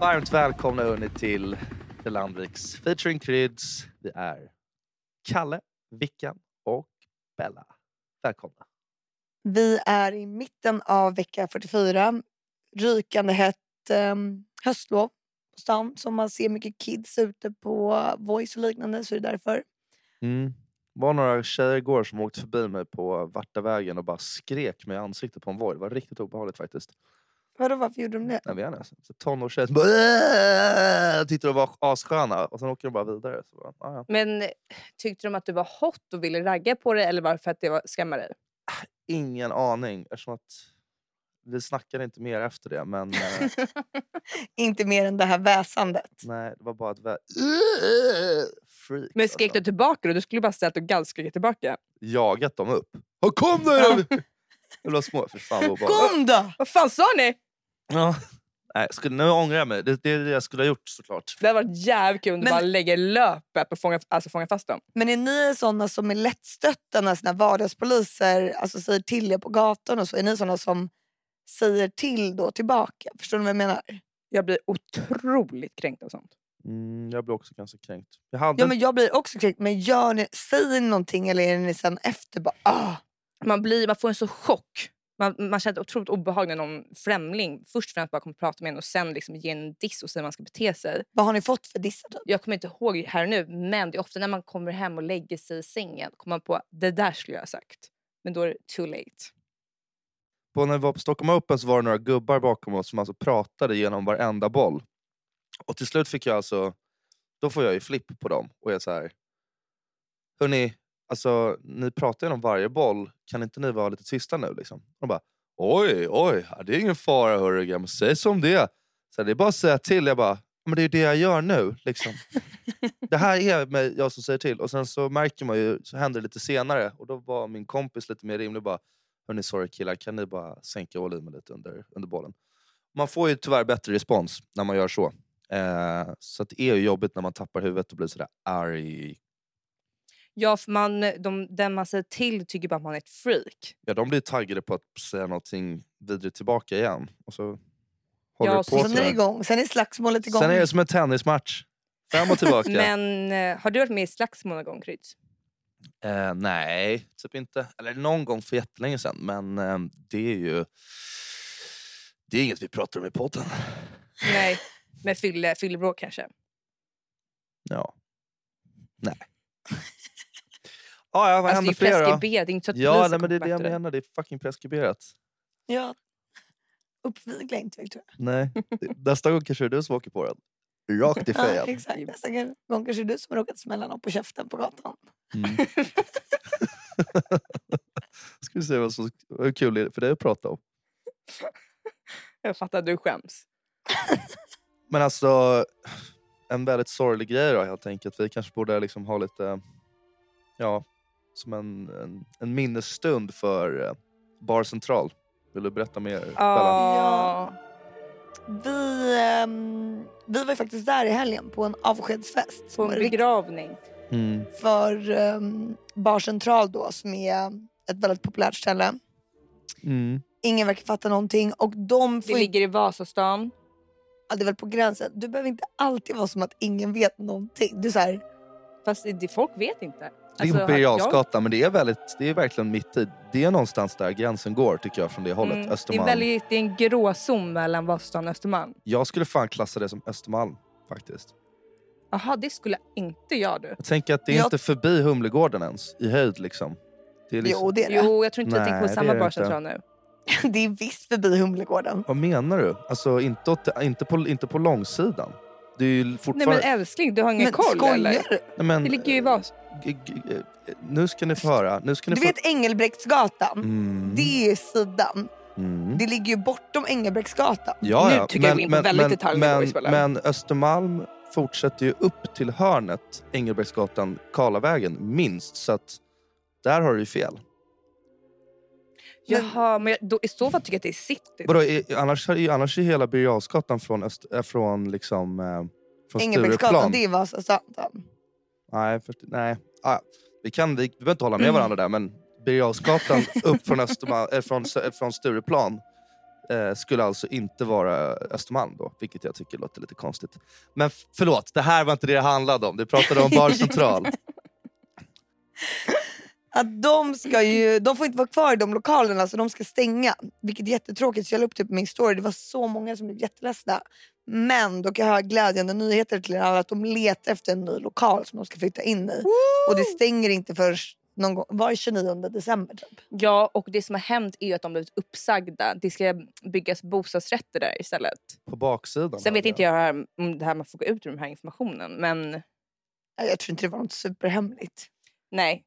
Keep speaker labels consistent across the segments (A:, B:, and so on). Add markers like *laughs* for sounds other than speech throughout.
A: Varmt välkomna hörni till The Landviks featuring Kryds. Det är Kalle, Vickan och Bella. Välkomna.
B: Vi är i mitten av vecka 44. Rykande hett um, höstlov på stan. Som man ser mycket kids ute på Voice och liknande så är det därför.
A: Mm. Det var några tjejer igår som åkte förbi mig på Värtavägen och bara skrek mig i ansiktet på en Voi. Det var riktigt obehagligt faktiskt.
B: Vadå, varför gjorde de det?
A: Jag vet inte. Så Tonårstjejer som bara "Åh!" tyckte de var assköna och sen åker de bara vidare. Så bara, "Ah, ja.
C: Men eh, tyckte de att du var hot och ville ragga på dig eller var det för att det var, skrämma dig?
A: Ingen aning eftersom att vi snackade inte mer efter det men *laughs* eh,
B: *laughs* Inte mer än det här väsandet.
A: nej, det var bara ett *laughs* vä- freak.
C: Men skrek du
A: alltså.
C: tillbaka då? Du skulle bara säga att du gallskrek tillbaka.
A: Jagat dem upp. "Ja, Kom nu!
B: *laughs*
A: då!" Eller små, för fan vad obehagligt.
B: Kom då!
C: Vad fan sa ni?
A: Ja. Nej, skulle, nu ångrar jag mig. Det, det är det jag skulle ha gjort såklart.
C: Det hade varit jävligt kul om du
B: Men-
C: bara lägger löpet och fångar, alltså fångar fast dem.
B: Men är ni såna som är lättstötta när sina vardagspoliser alltså, säger till er på gatan och så? Är ni såna som säger till då tillbaka? Förstår ni vad jag menar?
C: Jag blir otroligt kränkt av sånt.
A: Mm, jag blev också ganska kränkt. Jag hade
B: Ja, men jag blir också kränkt. Men gör ni, säger ni någonting eller är ni sen efter bara ah,
C: Man, blir, man får en sån chock. Man, man känner ett otroligt obehag när någon främling först och främst bara kommer prata med en och sen liksom ge en diss och säga hur man ska bete sig.
B: vad har ni fått för dissar? typ?
C: Jag kommer inte ihåg här och nu, men det är ofta när man kommer hem och lägger sig i sängen kommer man på det där skulle jag ha sagt. Men då är det too late.
A: på, när vi var på Stockholm Open så var det några gubbar bakom oss som alltså pratade genom varenda boll. Och till slut fick jag alltså... Då får jag ju flipp på dem och jag är så här... Hörni, alltså, ni pratar genom varje boll. Kan inte ni vara lite tysta nu? Liksom? Och de bara... Oj, oj, ja, det är ingen fara hörru gammal. Säg som det är." så här, Det är bara att säga till. Jag bara... Men det är ju det jag gör nu. Liksom. Det här är mig, jag som säger till. Och sen så märker man ju, så händer det lite senare. Och då var min kompis lite mer rimlig och bara... Hörni, sorry killar, kan ni bara sänka volymen lite under, under bollen? Man får ju tyvärr bättre respons när man gör så. Eh, så att det är ju jobbigt när man tappar huvudet och blir sådär arg.
C: Ja, för man, de, den man säger till tycker bara att man är ett freak.
A: Ja, de blir taggade på att säga någonting vidrigt tillbaka igen. Och så håller
C: Ja,
A: det
C: så-
A: på
C: Åter.
B: Sen är det igång. Sen är slagsmålet igång.
A: Sen är det som en tennismatch. Fram och tillbaka.
C: *laughs* Men eh, har du varit med i slagsmål någon gång, Kryds?
A: Eh, nej, typ inte. Eller någon gång för jättelänge sedan. Men eh, det är ju... Det är inget vi pratar om i podden.
C: Nej. Med fylle, fyllebråk kanske?
A: Ja. Nej. ah, ja, vad händer för
C: alltså, det är
A: er
C: ju
A: då?
C: preskriberat, det är inte så att
A: Ja,
C: polisen
A: nej, men det är det
C: kommer
A: jag
C: efter dig.
A: menar. Det är fucking preskriberat.
B: Ja. Uppvigla intryck tror
A: Nej. det- Nästa gång kanske det är du som åker på den. Rakt i
B: jag. Ja,
A: fejan.
C: Mm.
B: exakt. Nästa gång kanske du som har råkat smälla någon på käften på gatan.
A: Mm. *laughs* Ska vi se vad som hur kul är det för dig att prata om.
C: Jag fattar, du skäms.
A: Men alltså, en väldigt sorglig grej då helt enkelt. Vi kanske borde liksom ha lite, ja, som en, en, en minnesstund för eh, Bar Central. Vill du berätta mer? Bella?
C: Ja.
B: Vi, ehm, vi var ju faktiskt där i helgen på en avskedsfest.
C: På
B: som var
C: en
B: rikt-
C: begravning.
A: Mm.
B: För um, Bar Central då som är ett väldigt populärt ställe.
A: Mm.
B: Ingen verkar fatta någonting och de
C: Det
B: får ju
C: ligger i Vasastan.
B: Ja, det är väl på gränsen. Du behöver inte alltid vara som att ingen vet någonting. Du är så här,
C: Fast det, folk vet inte.
A: Det ligger på
C: Alltså,
A: Birger
C: jag-
A: Jarlsgatan, men det är, väldigt, det är verkligen mitt i. Det är någonstans där gränsen går tycker jag från det hållet.
C: Mm, det, är
A: Östermalm.
C: väldigt, det är en gråzon mellan Vasastan och Östermalm.
A: Jag skulle fan klassa det som Östermalm faktiskt.
C: Jaha, det skulle inte jag du.
A: Jag tänker att det är
B: Jag-
A: inte förbi Humlegården ens i höjd liksom. Det är liksom...
B: jo det är det.
C: Jo, jag tror inte jag tänker
A: Nej,
C: på
A: det är det
C: samma
A: inte.
C: barcentral nu.
B: *laughs* Det är visst förbi Humlegården.
A: Vad menar du? Alltså inte, åt, inte, på, inte på långsidan. Det är ju
C: Nej
A: fortfarande...
C: men älskling, du har ingen koll
B: skojar
C: eller?
B: du?
A: Nej, men,
C: Det ligger ju i Vas...
A: g- g- eh, Nu ska ni få höra. Nu ska ni
B: Du
A: få...
B: vet Engelbrektsgatan?
A: Mm.
B: Det är sidan.
A: Mm.
B: Det ligger ju bortom Engelbrektsgatan.
A: Ja,
C: Nu
A: ja.
C: tycker jag vi går in på väldigt detaljnivå i
A: men,
C: spelen.
A: men Östermalm fortsätter ju upp till hörnet Engelbrektsgatan, Karlavägen, minst. Så att där har du ju fel.
C: Jaha, men jag, då, i så fall tycker jag att det är city.
A: Vadå, i- annars, har- i- annars är hela Birger Jarlsgatan från, öst, äh, från, liksom, eh, från Stureplan.
B: Engelbrektsgatan, det är Vasasatan.
A: Nej, först, nej. Ah, vi, kan, vi, vi behöver
C: *laughs*
A: eh, inte hålla med varandra där, men Birger Jarlsgatan upp från, Östermalm, äh, från, Sö- äh, från Stureplan eh, skulle alltså inte vara Östermalm då, vilket jag tycker låter lite konstigt. Men f- förlåt, det här var inte det det handlade om. Vi pratade om Bar
C: *laughs*
A: Central.
B: Att de, ska ju, de får inte vara kvar i de lokalerna så de ska stänga. Vilket är jättetråkigt. Så jag la upp det på min story. Det var så många som blev jätteledsna. Men då kan jag ha glädjande nyheter till er alla. Att de letar efter en ny lokal som de ska flytta in i. Och det stänger inte förrän någon gång. Var det 29 december? Typ.
C: Ja, och det som har hänt är ju att de blivit uppsagda. Det ska byggas bostadsrätter där istället.
A: På baksidan.
C: Sen vet
A: hade
C: inte jag här, om det här man får gå ut ur den här informationen, men
B: Nej, Jag tror inte det var något superhemligt.
C: nej.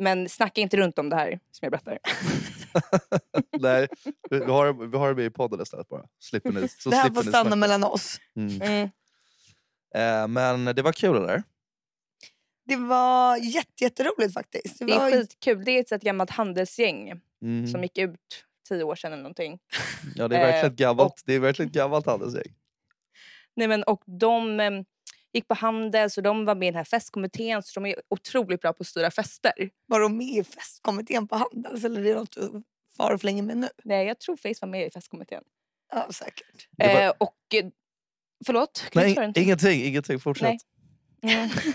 C: Men snacka inte runt om det här som
A: *laughs*
C: jag berättar.
A: Nej, vi vi har, vi har det med i podden istället bara. Slipper ni, så
B: det här
A: slipper
B: får
A: ni
B: stanna
A: snacka.
B: mellan oss.
A: Mm.
C: Mm.
A: Eh, men det var kul det där.
B: Det var jätte, jätteroligt faktiskt. Det
C: Det är
B: var
C: skitkul. Det är ett så här gammalt handelsgäng
A: Mm.
C: som gick ut tio år sedan eller någonting.
A: Ja, det är verkligen
C: eh,
A: ett gammalt, det är verkligen ett gammalt handelsgäng.
C: Nej, men, och de eh, gick på Handels och de var med i den här festkommittén så de är otroligt bra på att styra fester.
B: Var de med i festkommittén på Handels? Eller är det något du far och flänger med nu?
C: Nej, jag tror Face var med i festkommittén.
B: Ja, säkert.
A: Det var-
C: Eh, och... eh, Förlåt? Kan du
A: Nej,
C: svara någonting?
A: ingenting, ingenting. Fortsätt.
C: Nej. Mm. *laughs*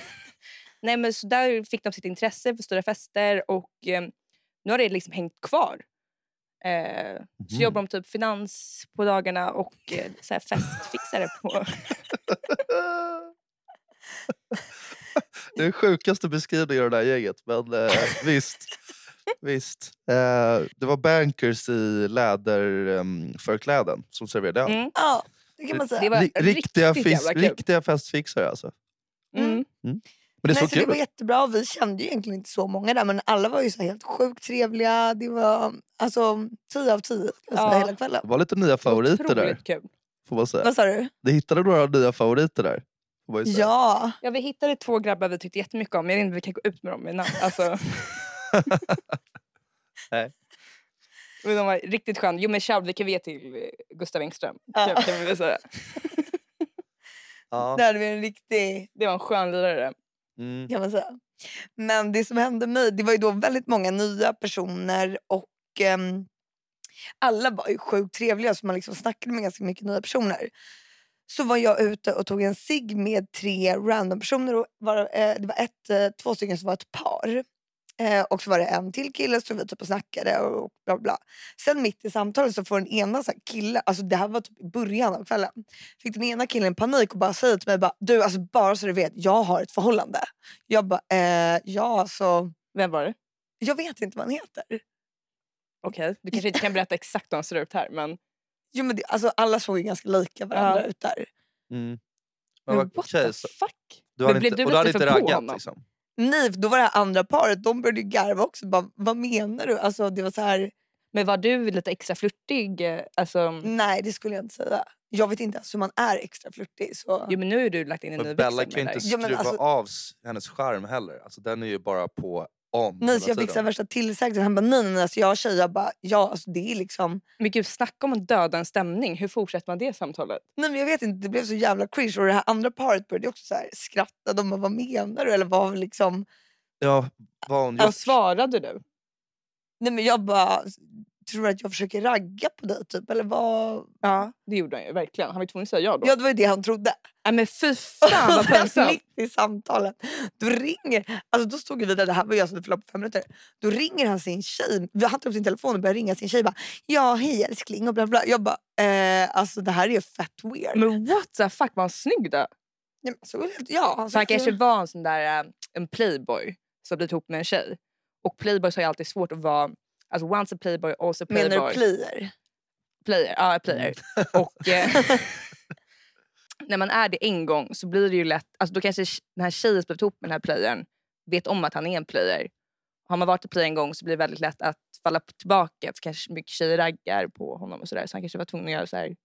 C: Nej, men så där fick de sitt intresse för stora fester och eh, nu har det liksom hängt kvar. Eh,
A: Mhm.
C: så
A: Mm.
C: jobbar de typ finans på dagarna och eh, så här festfixare
A: *laughs*
C: på...
A: Det är den sjukaste beskrivningen av det här gänget, men eh, visst. visst. Eh, det var bankers i läderförkläden som serverade öl.
C: Mm.
B: Ja, det kan man säga.
C: Det var
A: Ri- riktiga,
C: riktigt
A: fis-
C: jävla kul.
A: riktiga festfixare alltså.
C: Mm.
A: Men det
B: Nej,
A: såg
B: så det
A: kul
B: var
A: ut.
B: jättebra. Vi kände ju egentligen inte så många där men alla var ju så här helt sjukt trevliga. Det var alltså 10 av 10 alltså,
C: Ja.
B: hela kvällen.
A: Det var lite nya favoriter där,
C: Otroligt kul.
A: får man säga.
B: Vad sa du?
A: Ni hittade några nya favoriter där. Får man ju säga.
B: Ja,
C: Ja, vi hittade två grabbar vi tyckte jättemycket om. Jag vet inte om vi kan gå ut med dem i namn. Alltså.
A: *laughs* Nej.
C: Men de var riktigt sköna. Jo men shout, vi kan ge till eh, Gustav Engström. Typ,
B: Ja.
C: Kan, kan vi väl säga.
A: Ja.
B: där hade vi en riktig
C: Det var en skön lirare.
A: Mm.
B: kan man säga. Men det som hände mig, det var ju då väldigt många nya personer och ehm, alla var ju sjukt trevliga så man liksom snackade med ganska mycket nya personer. Så var jag ute och tog en cigg med tre random personer. Och var, eh, det var ett, eh, två stycken som var ett par. Eh, och så var det en till kille som vi typ och snackade och bla bla. Sen mitt i samtalet så får den ena så här kille, alltså det här var typ i början av kvällen. Fick den ena killen panik och bara säger till mig bara, du alltså bara så du vet, jag har ett förhållande. Jag bara, eh, ja alltså,
C: Vem var
A: Mm.
C: det?
B: jag vet inte vad han heter.
C: Okej, du kanske inte kan berätta exakt hur han ser ut här men...
B: Jo, men det, alltså, alla såg ju ganska lika varandra
C: Ja.
B: ut där.
A: Mm. Men
C: men
A: vad-
C: what
A: okej,
C: the
A: så-
C: fuck?
A: Du hade
C: Men blev
A: inte,
C: du
A: och du hade
C: lite
A: inte
C: för på
A: raggat
C: honom?
A: liksom.
B: Nej, för då var det här andra paret, de började ju garva också. Bara, vad menar du? Alltså, det var så här,
C: Men var du lite extra flörtig? eh, Alltså...
A: Mm.
B: nej det skulle jag inte säga. Jag vet inte ens hur man är extra flirtig. Så.
C: Jo men nu har du lagt in en ny
A: Men
C: växel
A: Bella
C: med
A: kan ju
C: det
A: inte
C: där.
B: Ja, men
A: skruva
B: alltså-
A: av s- hennes skärm heller. Alltså, den är ju bara på om
B: Nej,
A: hela
B: så jag fick så här
A: tiden.
B: värsta tillsägelsen. Han bara, nej, nej, nej. Alltså, jag har tjejer. Jag bara, ja, alltså, det är liksom...
C: Men gud, snacka om att döda en stämning. Hur fortsätter man det samtalet?
B: Nej, men jag vet inte, det blev så jävla cringe. Och det här andra paret började också så här skratta. De bara, vad menar du? Eller vad liksom...
A: Ja, vad hon
C: Vad
A: gjort?
C: Alltså, svarade du?
B: Nej, men jag bara, tror du att jag försöker ragga på dig typ? Eller vad...
C: Ja. Det gjorde han ju verkligen. Han var ju tvungen att säga ja då.
B: Ja, det var ju det han
C: *laughs*
B: trodde.
C: Nej, men fy
A: *laughs*
C: fan vad
B: Och sen
C: pinsamt.
B: Mitt i samtalet, då ringer... Alltså då stod ju vi där, det här var jag som förlopp på fem minuter. Då ringer han sin tjej. Han tar upp sin telefon och börjar ringa sin tjej. Bara, ja, hej älskling och bla bla. Jag bara, eh, alltså det här är ju fett weird.
C: Men what the fuck, var han snygg då?
B: Nej, men så, ja, alltså,
C: Så han kanske var en sån där eh, en playboy som blivit ihop med en tjej. Och playboys har ju alltid svårt att vara... Alltså once a playboy, also a playboy.
B: Menar du player?
C: player? Ja, player.
B: Mm.
C: Och eh,
B: *laughs*
C: *laughs* när man är det en gång så blir det ju lätt... Alltså då kanske den här tjejen som blivit ihop med den här playern vet om att han är en player. Har man varit en player en gång så blir det väldigt lätt att falla på- tillbaka. För kanske mycket tjejer raggar på honom och sådär. Så han kanske var tvungen att göra så här.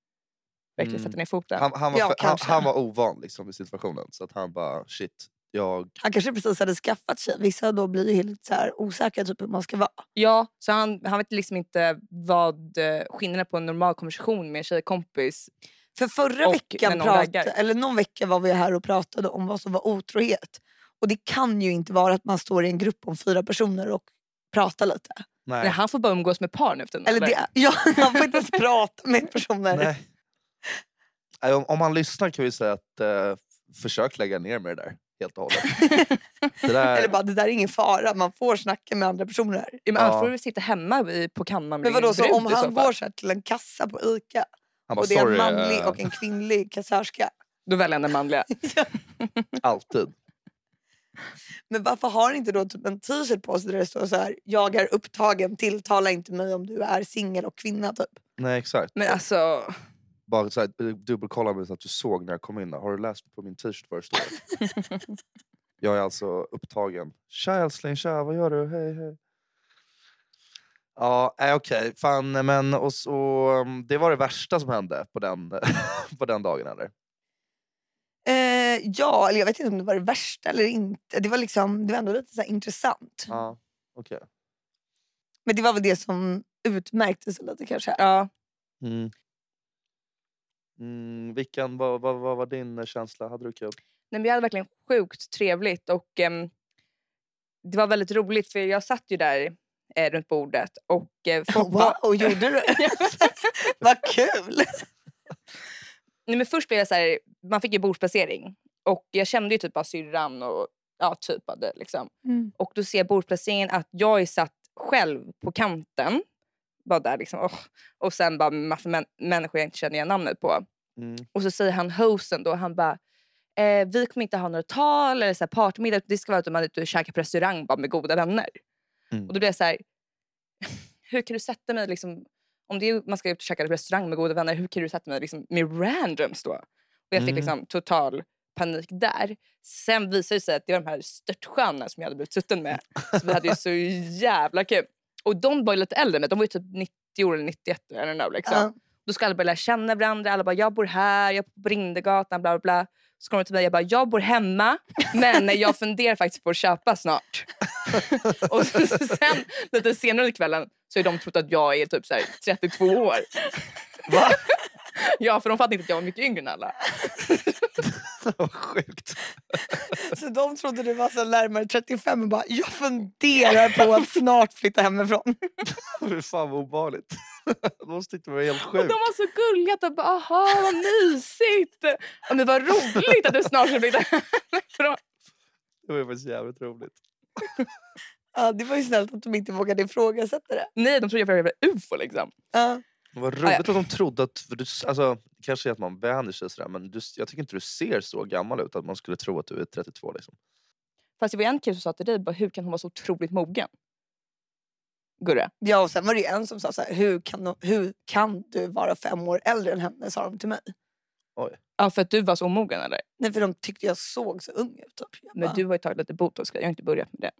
C: Verkligen
A: Mm.
C: sätta ner foten.
A: Han, han, var
B: Ja,
A: för, han,
B: kanske.
A: han var ovan liksom, i situationen. Så att han bara, shit, jag...
B: Han kanske precis hade skaffat sig. Vissa då blir ju helt så här osäkra typ hur man ska vara.
C: Ja, så han, han vet liksom inte vad eh, skillnaden på en normal konversation med en tjejkompis.
B: För förra
C: Och
B: veckan
C: när någon
B: pratade,
C: raggar.
B: eller någon vecka var vi här och pratade om vad som var otrohet. Och det kan ju inte vara att man står i en grupp om fyra personer och pratar lite.
A: Nej.
C: Nej, han får bara umgås med par nu efter
B: Eller det, *laughs* ja, man får inte ens prata med personer.
A: Nej. Nej, Om, om man lyssnar kan vi säga att eh, försök lägga ner med det där helt och
B: *laughs*
A: hållet. det där,
B: Eller bara, det där är ingen fara, man får snacka med andra personer.
C: Ja, men annars
A: Ja.
C: får du väl sitta hemma i, på kammaren
B: Men
C: med
B: vadå,
C: din brud
B: så om
C: i
B: han
C: fall.
B: går så här till en kassa på ICA
A: han bara,
B: och det är en
A: sorry,
B: manlig
A: eh,
B: och en kvinnlig kassörska.
C: Då väljer han den manliga.
A: alltid.
B: Men varför har han inte då typ en t-shirt på sig där det står så här, jag är upptagen, tilltala inte mig om du är singel och kvinna typ.
A: Nej exakt.
C: Men alltså,
A: Bara så här, eh, dubbelkolla mig så att du såg när jag kom in. där. Har du läst på min t-shirt vad det står?
C: *laughs*
A: jag är alltså upptagen. Tja älskling, tja vad gör du? Hej hej. Ja, nej, okej. Fan, men och så, mm, det var det värsta som hände på den, *laughs* på den dagen eller?
B: Eh, ja, eller jag vet inte om det var det värsta eller inte. Det var, liksom, det var ändå lite så här intressant.
A: Ja, okej.
B: Men det var väl det som utmärkte sig lite kanske. *laughs*
C: ja.
A: Mm. Mm, vilken, vad, vad, vad var din eh, känsla? Hade du kul?
C: Nej, men vi hade verkligen sjukt trevligt och ehm, det var väldigt roligt för jag satt ju där eh, runt bordet och eh, folk
B: Wow,
C: var...
B: gjorde du? Vad kul!
C: Nej, men först blev jag så här, man fick ju bordsplacering och jag kände ju typ bara syrran och ja, typ av det liksom. Och då ser jag bordsplaceringen att jag är satt själv på kanten. Bara där liksom. åh. Och sen bara massa män- människor jag inte känner igen namnet på.
A: Mm. *laughs*
C: Och så säger han hosten då, han bara eh, vi kommer inte ha några tal eller så här partymiddag. Det ska vara att man är ute och käkar på restaurang bara med goda vänner.
A: Mm.
C: Och då blir jag så här, *laughs* hur kan du sätta mig liksom, om det är, man ska ut och käka på restaurang med goda vänner, hur kan du sätta mig liksom, med randoms då? Och jag fick
A: Mm.
C: liksom total panik där. Sen visade det sig att det var de här störtsköna som jag hade blivit sutten med. Så vi hade ju
A: *laughs*
C: så jävla kul. Och de var ju lite äldre, men de var ju typ 90 år eller 91 eller know, liksom.
B: Ja.
C: Då ska alla börja lära känna varandra. Alla bara, jag bor här, jag bor på Brindegatan, bla bla bla. Så kommer de till mig jag bara, jag bor hemma,
A: *laughs*
C: men jag funderar faktiskt på att köpa snart. *laughs* och så, så sen, lite senare i kvällen, så har de trott att jag är typ så här, 32 år.
A: Va?
C: *laughs* Ja, för de fattar inte att jag var mycket yngre än alla.
A: Vad sjukt.
B: Så de trodde du var så närmare 35 och bara “jag funderar på att snart flytta hemifrån”. *laughs*
A: Fy fan vad obehagligt. *laughs* Det måste inte vara helt
C: Och de
A: sjukt.
C: var så gulliga. att De bara, aha, vad mysigt. Och det var roligt att du snart ska *laughs* flytta hemifrån.
A: Det var ju faktiskt jävligt roligt.
B: Ja, det var ju snällt att de inte vågade ifrågasätta det.
C: Nej, de trodde jag var jävla ufo liksom.
B: Ja.
A: Vad roligt att de trodde att... För du, s- alltså, det kanske är att man vänjer sig sådär men du, s- jag tycker inte du ser så gammal ut att man skulle tro att du är 32 liksom.
C: Fast det var en kille som sa till dig, bara, hur kan hon vara så otroligt mogen? Gurra.
B: ja, och sen var det ju en som sa så här, hur kan, de, “hur kan du vara fem år äldre än henne?” sa de till mig.
C: Ja, för att du var så omogen eller?
B: Nej, för de tyckte jag såg så ung ut. Typ. Jag
C: Men
B: bara,
C: du har ju tagit lite botox, jag har inte börjat med det.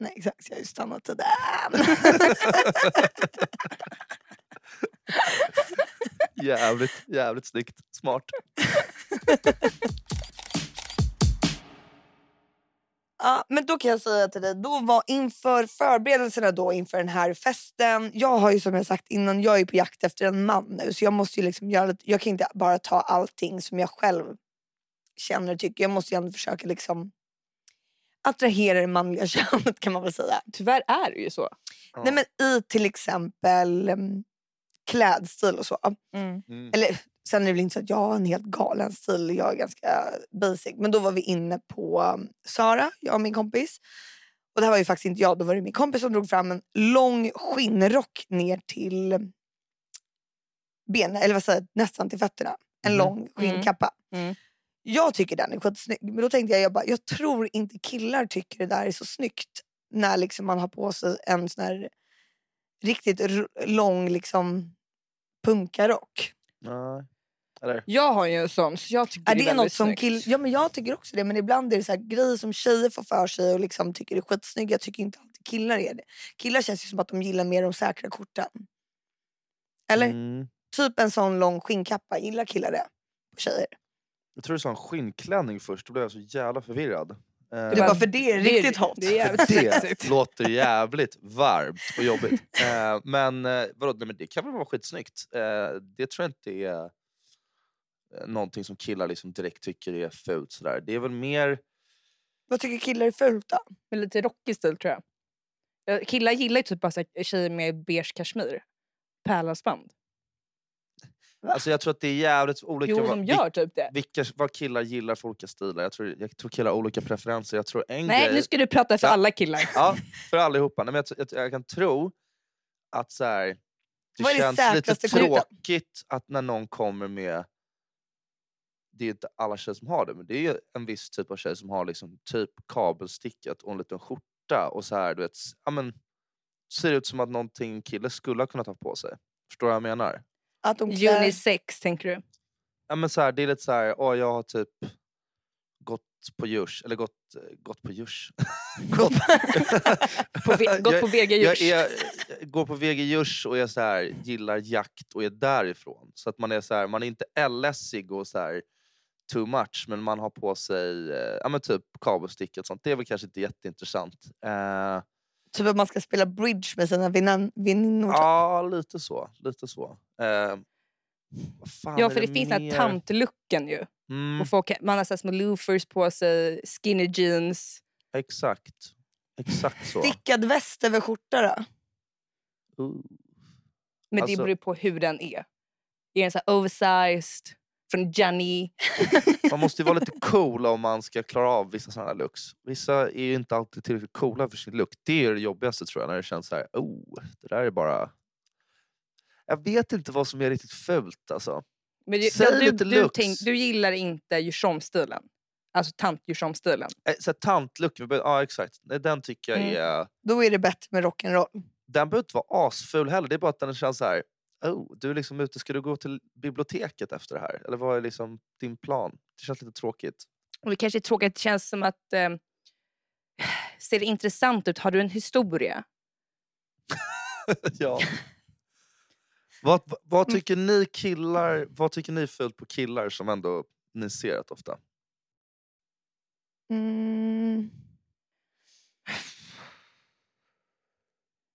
B: Nej, exakt. Jag har ju stannat *laughs* till den.
A: Jävligt, jävligt snyggt. Smart.
B: Ja, men då kan jag säga till dig, då var inför förberedelserna då inför den här festen. Jag har ju som jag sagt innan, jag är på jakt efter en man nu så jag måste ju liksom göra lite, jag kan inte bara ta allting som jag själv känner och tycker. Jag måste ju ändå försöka liksom attrahera det manliga *laughs* könet kan man väl säga.
C: Tyvärr är det ju så.
A: Ja.
B: Nej men i till exempel mm, klädstil och så.
A: Mm.
B: Eller sen är det väl inte så att jag har en helt galen stil. Jag är ganska basic. Men då var vi inne på um, Sara, jag och min kompis. Och det här var ju faktiskt inte jag. Då var det min kompis som drog fram en lång skinnrock ner till benen. Eller vad säger jag? Nästan till fötterna. En
A: Mhm.
B: lång skinnkappa.
C: Mm.
B: Jag tycker den är skitsnygg. Men då tänkte jag, jag, bara, jag tror inte killar tycker det där är så snyggt. När liksom man har på sig en sån här riktigt r- lång liksom punkarock.
A: Nej. Eller?
C: Jag har ju en sån, så jag tycker
B: Är
C: det
B: det
C: är
B: något
C: väldigt
B: som
C: snyggt.
B: kill- ja, men jag tycker också det, men ibland är det så här grejer som tjejer får för sig och liksom tycker är skitsnygga. Jag tycker inte alltid killar är det. Killar känns ju som att de gillar mer de säkra korten. Eller?
A: Mm.
B: Typ en sån lång skinnkappa. Gillar killar det? På tjejer.
A: Jag tror du sa en skinnklänning först, då blev jag så jävla förvirrad. Eh,
B: Du bara, för det är riktigt hot.
C: Det är
A: *laughs*
B: *laughs*
C: jävligt
A: det
C: sexigt.
A: låter jävligt varmt och jobbigt. Eh, men eh, vadå, nej, men det kan väl vara skitsnyggt. Eh, det tror jag inte är eh, någonting som killar liksom direkt tycker är fult. Sådär. Det är väl mer...
B: Vad tycker killar är fult då?
C: Med lite rockig stil tror jag. Ja, Killar gillar ju typ bara så här tjejer med beige kashmir. Pärlhalsband.
A: Alltså jag tror att det är jävligt olika
C: Jo,
A: vad-
C: de
A: vil-
C: gör typ det.
A: vilka, vad killar gillar för olika stilar. Jag tror, jag tror killar har olika preferenser. Jag tror en
C: Nej,
A: grej...
C: nu ska du prata för
A: Ja.
C: alla killar.
A: Ja, för allihopa. Nej, men jag, t- jag, t- jag kan tro att så här, det
B: Vad är det
A: känns lite
B: säkraste kortet?
A: tråkigt att när någon kommer med... Det är inte alla tjejer som har det, men det är ju en viss typ av tjej som har liksom typ kabelstickat och en liten skjorta och så här, du vet, s- ja, men, ser ut som att någonting en kille skulle ha kunnat ha på sig. Förstår du vad jag menar?
B: Att de klär...
C: Unisex tänker du?
A: Ja, men så här, det är lite så här, åh, jag har typ gått på djurs, eller gått, eh, gått på djurs. *laughs* gått
C: *laughs*
A: *laughs*
C: På, ve- gått
A: Jag-
C: på Vega
A: jag,
C: Djurs?
A: är, jag går på VG Djurs och jag så här, gillar jakt och är därifrån. Så att man är så här, man är inte LSig och så här too much men man har på sig eh, ja, men typ kabelsticka och sånt. Det är väl kanske inte jätteintressant. Eh,
B: Typ att man ska spela bridge med sina vänin- väninnor.
A: ja, lite så. Lite så. Eh, vad fan
C: Ja,
A: är
C: för det, finns den här
A: mer?
C: tantlucken ju.
A: Mm,
C: Och folk, man har så här små loafers på sig, skinny jeans.
A: exakt. Exakt så. Uh.
B: Stickad väst över skjorta då?
A: Ooh.
C: Men
A: Alltså-
C: det beror ju på hur den är. Är den så här oversized? Från Gianni?
A: Man måste ju vara lite cool om man ska klara av vissa sådana looks. Vissa är ju inte alltid tillräckligt coola för sin look. Det är det jobbigaste tror jag, när det känns så här, oh, det där är bara... Jag vet inte vad som är riktigt fult alltså.
C: Men ju-
A: Säg
C: du,
A: lite
C: du,
A: looks.
C: du gillar inte Djursholm-stilen? Alltså tant Djursholm-stilen?
A: Eh, Så här, tantlook, vi behöver- ja exakt. Nej, Den tycker jag
C: Mm.
A: är...
B: Då är det bättre med rock'n'roll.
A: Den behöver inte vara asful heller, det är bara att den känns så här, oh, du är liksom ute, ska du gå till biblioteket efter det här? Eller vad är liksom din plan? Det känns lite tråkigt.
C: Och det kanske är tråkigt, det känns som att... Eh, *sighs* ser det intressant ut? Har du en historia?
A: *laughs* ja. vad, vad- vad tycker ni killar, vad tycker ni är fult på killar som ändå ni ser rätt ofta?
B: Mm.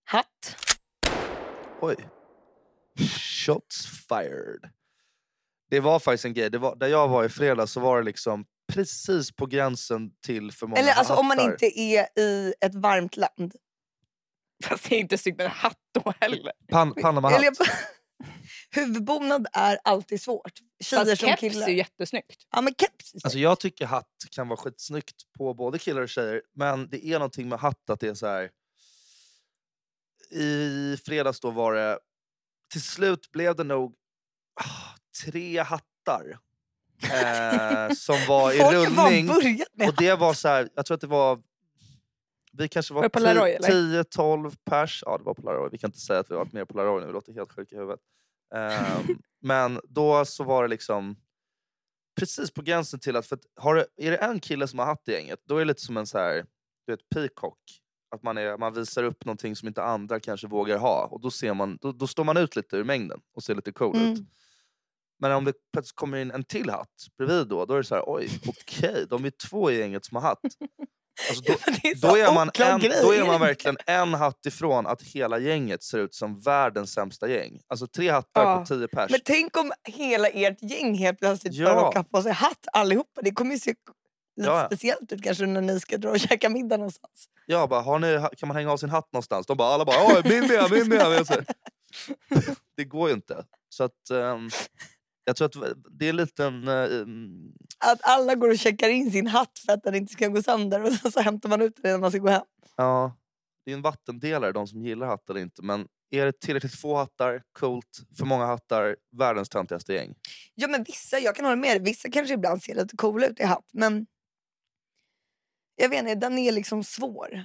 B: Hatt.
A: Oj. Shots fired. Det var faktiskt en grej, det var, där jag var i fredags så var det liksom precis på gränsen till för många
B: Eller alltså om man
A: hattar.
B: inte är i ett varmt land.
C: Fast det är inte snyggt med en hatt då heller.
A: Pan, Panamahatt.
B: Eller, *laughs* huvudbonad är alltid svårt. Tjejer
C: Fast
B: som
C: keps är ju
B: killar.
C: jättesnyggt.
B: Ja men keps. är
A: Alltså
B: snyggt.
A: jag tycker hatt kan vara skitsnyggt på både killar och tjejer, men det är någonting med hatt att det är så här. I fredags då var det, till slut blev det nog ah, tre hattar eh, som var i
B: Folk har
A: rullning.
B: bara börjat med *laughs*
A: Och det var så här, jag tror att det var, vi kanske var,
C: Var det på Laroy, eller?
A: 10-12 pers. Ja det var på Laroy, vi kan inte säga att vi har varit mer på Laroy nu, vi låter helt sjuka i huvudet.
C: *laughs*
A: Ehm, men då så var det liksom precis på gränsen till att, för att har det, är det en kille som har hatt i gänget, då är det lite som en så här, du vet peacock. Att man, är, man visar upp någonting som inte andra kanske vågar ha. Och då, ser man, då, då står man ut lite ur mängden och ser lite cool ut.
B: Mm.
A: Men om det plötsligt kommer in en till hatt bredvid då, då är det så här,
B: *laughs*
A: oj, okej, de är två i gänget som har hatt. Alltså då,
B: *laughs* Det är så
A: då, är man
B: oklar
A: en,
B: grej.
A: då är man verkligen en hatt ifrån att hela gänget ser ut som världens sämsta gäng. Alltså tre hattar
C: Ja,
A: på tio pers.
B: Men tänk om hela ert gäng helt plötsligt
A: Ja.
B: bara råkar på sig hatt allihopa. Det kommer ju se lite
A: Ja, ja.
B: speciellt ut kanske när ni ska dra och käka middag någonstans.
A: Jag bara, har ni, kan man hänga av sin hatt någonstans? De bara, alla bara, oj, min med, min med. Jag säger, *laughs* Det går ju inte. Så att, ehm, jag tror att det är lite en... eh, mm,
B: Att alla går och checkar in sin hatt för att den inte ska gå sönder och *laughs* sen så hämtar man ut den när man ska gå hem.
A: Ja, det är en vattendelare, de som gillar hatt eller inte. Men är det tillräckligt få hattar, coolt. För många hattar, världens töntigaste gäng.
B: Ja men vissa, jag kan hålla med dig, vissa kanske ibland ser lite coola ut i hatt men jag vet inte, den är liksom svår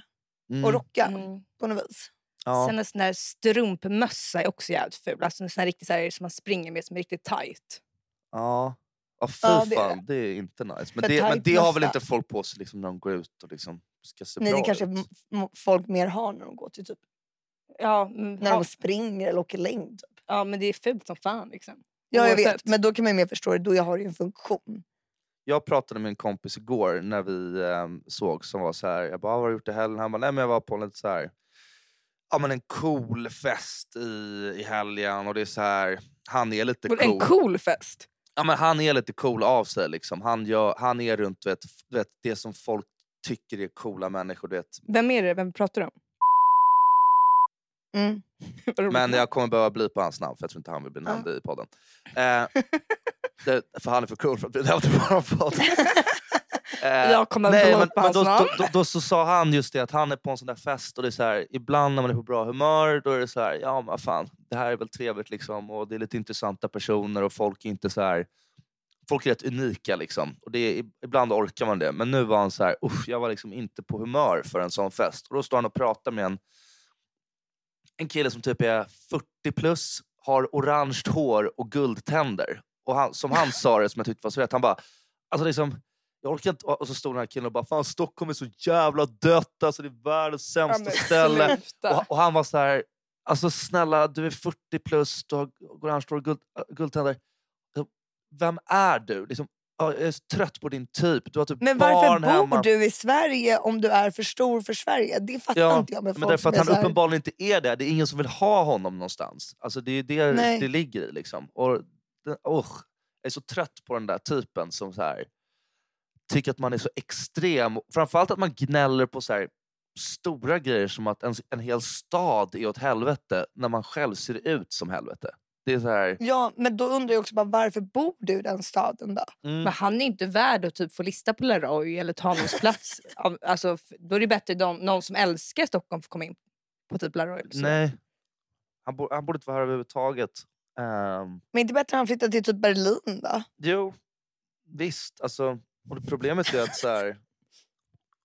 A: Mm,
B: att rocka
C: Mm.
B: på något vis.
A: ja.
C: Sen en sån där strumpmössa är också jävligt ful. Alltså en sån här riktigt så här, som man springer med som är riktigt tight.
A: Ja. Ja, fy
B: Ja, det är
A: fan, det är inte nice. Men
B: För
A: det, men
B: tight
A: det har väl
B: mössa.
A: inte folk på sig liksom, när de går ut och liksom ska se
B: Nej,
A: bra
B: det kanske
A: ut?
B: m- folk mer har när de går till typ,
C: Ja, mm,
B: när
C: ja,
B: de springer eller åker längd.
C: ja, men det är fult som fan liksom.
B: Ja, jag
C: Oavsett.
B: vet. Men då kan man ju mer förstå det. Då jag har ju en funktion.
A: Jag pratade med en kompis igår när vi ehm, såg som var så här. jag bara, "Ah, vad har du gjort i helgen? Han bara, nej men jag var på en lite så här, ja men en cool fest i, i helgen och det är så här, han är lite cool.
C: En cool fest.
A: ja, men han är lite cool av sig. Liksom. Han, gör, han är runt du vet, f- du vet, det som folk tycker är coola människor. Du vet.
C: Vem är det? Vem pratar du om? *laughs*
B: Mm.
A: Men jag kommer behöva bli på hans namn för jag tror inte han vill bli nämnd i podden. Eh, det, för han är för cool för att bli nämnd i vår podd. Eh,
C: Jag kommer
A: nej,
C: blåpa
A: men, men
C: hans
A: då,
C: namn.
A: då, då, då så sa han just det att han är på en sån där fest och det är så här, ibland när man är på bra humör då är det så här, ja men vad fan, det här är väl trevligt liksom och det är lite intressanta personer och folk är inte så här Folk är rätt unika liksom. Och det är, ibland orkar man det. Men nu var han så här, usch jag var liksom inte på humör för en sån fest. Och då står han och pratar med en en kille som typ är 40 plus, har orange hår och guldtänder. Och han, som han sa det, som jag tyckte var så rätt, han bara, alltså liksom, jag orkar inte. Och så stod den här killen och bara, fan Stockholm är så jävla dött, alltså det är världens
C: Ja,
A: sämsta
C: men
A: ställe.
C: sluta.
A: Och, och han var så här, alltså snälla du är 40 plus, du har orange hår och guld, äh, guldtänder. Alltså, Vem är du? Liksom, ja, jag är så trött på din typ, du har typ
B: Men varför
A: barn
B: bor
A: hemma.
B: du i Sverige om du är för stor för Sverige? Det fattar
A: Ja,
B: inte jag med
A: Men
B: folk
A: därför
B: som
A: att
B: är
A: han
B: så här-
A: uppenbarligen inte är det. Det är ingen som vill ha honom någonstans. Alltså det är ju det
B: Nej.
A: det ligger i. Liksom. Och, den- usch, jag är så trött på den där typen som så här, tycker att man är så extrem. Och Framförallt att man gnäller på så här, stora grejer som att en, en hel stad är åt helvete när man själv ser ut som helvete. Det är så här...
B: Ja, men då undrar jag också bara, varför bor du i den staden då?
A: Mm.
C: Men han är inte värd att typ få lista på Laroy eller ta
A: *laughs*
C: någons plats. Av, alltså, f- då är det bättre de, någon som älskar Stockholm får komma in på typ Laroy. eller så.
A: Nej. Han, bo, han borde inte vara här överhuvudtaget. Ehm,
B: Men inte bättre att han flyttar till typ Berlin då?
A: Jo, visst. Alltså, och det problemet är att så här,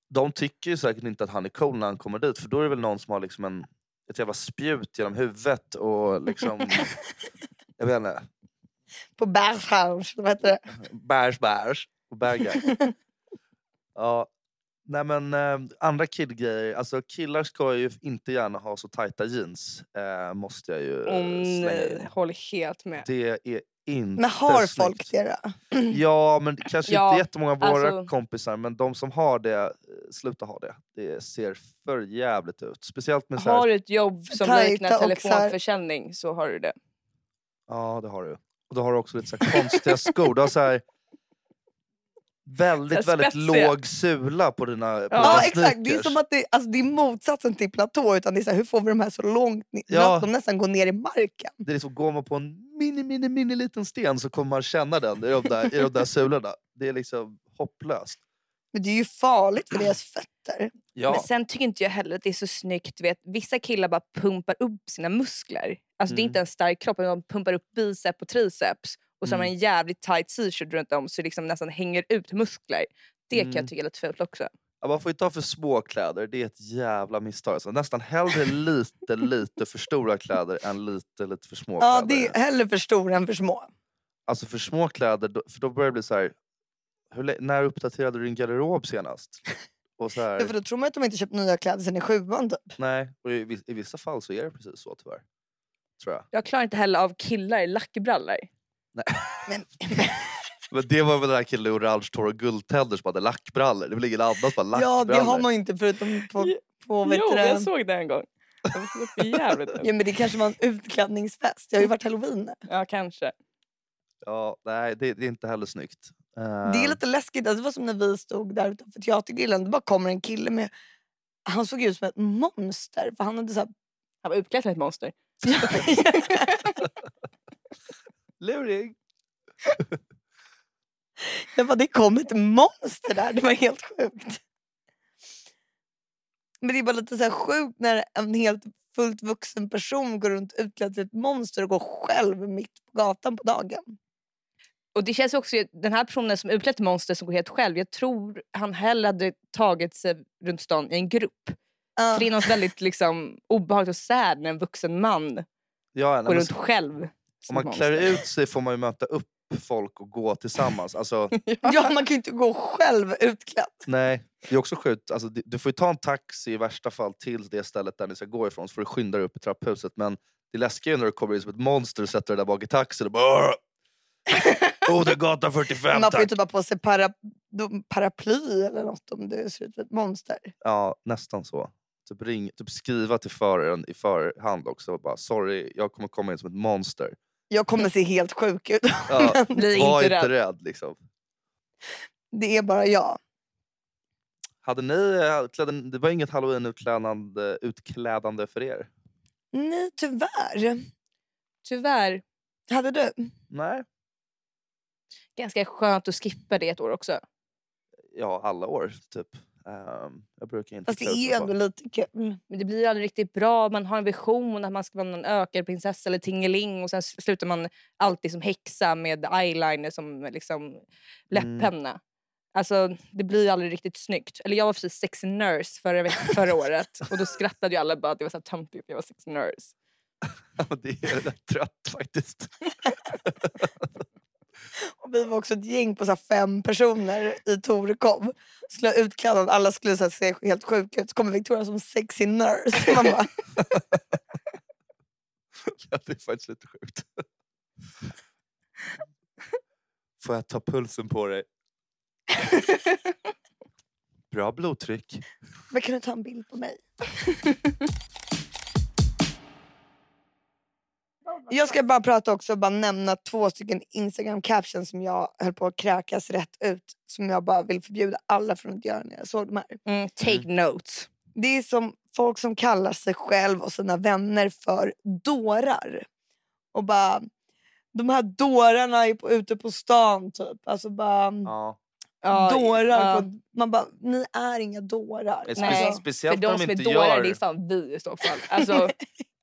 A: de tycker ju säkert inte att han är cool när han kommer dit. För då är det väl någon som har liksom en, ett jävla spjut genom huvudet och liksom... jag vet inte.
B: På Berghaus, vad heter det?
A: Bärs, bärs. Och bärgar. ja. Nej men eh, andra killgrejer. Alltså killar ska ju inte gärna ha så tajta jeans. Eh, måste jag ju
C: Åh,
A: eh, slänga in.
C: nej, håller helt med.
A: Det är inte
B: Men har
A: snyggt.
B: folk det då?
A: Ja, men kanske
C: Ja,
A: inte jättemånga av våra
C: alltså-
A: kompisar, men de som har det, eh, sluta ha det. Det ser för jävligt ut. Speciellt med så här,
C: Har du ett jobb som
B: Tajta
C: liknar
B: och så här-
C: telefonförsäljning så har du det.
A: Ja, det har du. Och då har du också lite så här konstiga skor. Du har så här, väldigt,
C: Så här
A: väldigt
C: spetsiga.
A: låg sula på dina, på
C: Ja,
B: Ja
A: dina
B: exakt, det är
A: sneakers.
B: som att det, alltså, det är motsatsen till platå. Utan det är så här, hur får vi de här så långt ner?
A: Ja.
B: Att de nästan går ner i marken.
A: Det är liksom, går man på en mini, mini, mini liten sten så kommer man känna den i de där, i de där sulorna. Det är liksom hopplöst.
B: Men det är ju farligt för deras fötter.
C: Men
A: Ja,
C: sen tycker inte jag heller att det är så snyggt. Vet, vissa killar bara pumpar upp sina muskler. Alltså Det är
A: Mm.
C: inte en stark kropp, men de pumpar upp bicep och triceps. Och så har man
A: Mm.
C: en jävligt tight t-shirt runt om så det liksom nästan hänger ut muskler. Det kan
A: Mm.
C: jag tycka är lite fult också.
A: Ja, man får inte ha för små kläder, det är ett jävla misstag. Alltså, nästan hellre lite, lite för stora kläder än lite, lite för små
B: Ja,
A: kläder.
B: det är hellre för stora än för små.
A: Alltså för små kläder, då, för då börjar det bli så här... Hur, lä- när uppdaterade du din garderob senast? Och så
B: *laughs*
A: här,
B: För då tror man att de inte köpt nya kläder sen i sjuan typ.
A: nej, och i, vis- i vissa fall så är det precis så tyvärr. Tror jag.
C: Jag klarar inte heller av killar i lackbrallor.
B: Men,
A: Men det var väl den där killen i orange hår och guldtänder som hade lackbrallor. Det är väl ingen annan som har
B: ja,
A: lackbrallor?
B: det har man ju inte förutom på... på vet
C: Jo,
B: du det?
C: jag såg det en gång. Det var så för jävligt *laughs* ut.
B: Ja, men det kanske var en utklädningsfest. Det har ju varit halloween.
C: Ja, kanske.
A: ja, nej, det, det är inte heller snyggt.
B: Det är
A: Ehm,
B: lite läskigt. Alltså, det var som när vi stod där utanför teatergrillen. Det bara kommer en kille med... Han såg ut som ett monster. För han hade så här...
C: Han var utklädd till ett monster.
B: *laughs*
A: Luring!
B: *laughs* Jag bara, det kom ett monster där. Det var helt sjukt. Men det är bara lite så här sjukt när en helt fullt vuxen person går runt utklädd till ett monster och går själv mitt på gatan på dagen.
C: Och det känns också, den här personen som utklätt monster som går helt själv, jag tror han hellre hade tagit sig runt stan i en grupp.
B: Ja.
C: För det är något väldigt liksom, obehagligt och sad när en vuxen man
A: Ja, nej,
C: går
A: men
C: runt själv.
A: Om
C: som
A: man
C: ett
A: klär
C: monster.
A: ut sig får man ju möta upp folk och gå tillsammans. Alltså,
B: Ja, man kan ju inte gå själv utklädd.
A: nej, det är också sjukt. Alltså, d- du får ju ta en taxi i värsta fall till det stället där ni ska gå ifrån så får du skynda dig upp i trapphuset. Men det läskiga är ju när du kommer in som ett monster och sätter dig där bak i taxin och bara Odegatan 45
B: Man får ju
A: tack!
B: typ ha på sig para, de- paraply eller något om du ser ut som ett monster.
A: Ja, nästan så. Typ, ring, typ skriva till föraren i förhand också. och Bara, Sorry, jag kommer komma in som ett monster.
B: Jag kommer se helt sjuk ut. *laughs*
A: Ja,
C: Bli
A: var
C: inte
A: inte
C: rädd.
A: rädd liksom.
B: Det är bara jag.
A: Hade ni, eh, klädde, det var inget halloween-utklädande utklädande för er?
B: Nej, tyvärr.
C: Tyvärr,
B: Hade du?
A: Nej,
C: ganska skönt att skippa det ett år också.
A: ja alla år typ. Ehm, jag brukar inte
B: Fast det
A: klä ut
B: är
A: mig
B: ju
A: på-
B: ändå lite kul.
C: Men det blir ju aldrig riktigt bra. Man har en vision att man ska vara någon ökerprinsessa eller tingeling och sen slutar man alltid som häxa med eyeliner som
A: Mm.
C: liksom läpppenna. Alltså, det blir ju aldrig riktigt snyggt. Eller jag var precis sexy nurse förra,
A: *laughs*
C: veck- förra året och då skrattade ju alla bara att det var så här töntigt att jag var sexy nurse.
A: *laughs* Ja, det är rätt trött faktiskt.
B: Och vi var också ett gäng på så här fem personer i Torekov. Skulle ha utklädda, alla skulle så här se helt sjuka ut. Så kommer Victoria som sexy nurse. Man bara,
A: Ja, det är faktiskt lite sjukt. *laughs* Får jag ta pulsen på dig? Bra blodtryck.
B: men kan du ta en bild på mig? Jag ska bara prata också bara nämna två stycken Instagram captions som jag höll på att kräkas rätt ut. Som jag bara vill förbjuda alla från att göra när jag såg de här.
C: Mm, take notes.
B: Det är som folk som kallar sig själv och sina vänner för dårar. Och bara, de här dårarna är på, ute på stan typ. Alltså bara,
A: Ja.
C: Ja,
B: dårar.
C: ja.
B: På, man bara, ni är inga dårar.
A: Spe-
C: Mm. Nej,
B: Alltså,
C: För
A: speciellt när
C: de
A: de
C: som är
A: inte
C: dårar,
A: gör...
C: det är fan vi i så *laughs* fall. Alltså, alltså